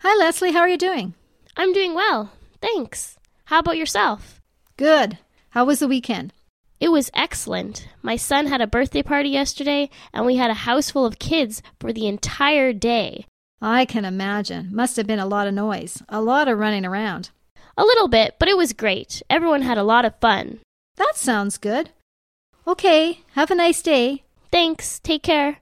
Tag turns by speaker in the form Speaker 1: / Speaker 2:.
Speaker 1: Hi, Leslie. How are you doing?
Speaker 2: I'm doing well. Thanks. How about yourself?
Speaker 1: Good. How was the weekend?
Speaker 2: It was excellent. My son had a birthday party yesterday, and we had a house full of kids for the entire day.
Speaker 1: I can imagine. Must have been a lot of noise, a lot of running around.
Speaker 2: A little bit, but it was great. Everyone had a lot of fun.
Speaker 1: That sounds good. Okay, have a nice day.
Speaker 2: Thanks. Take care.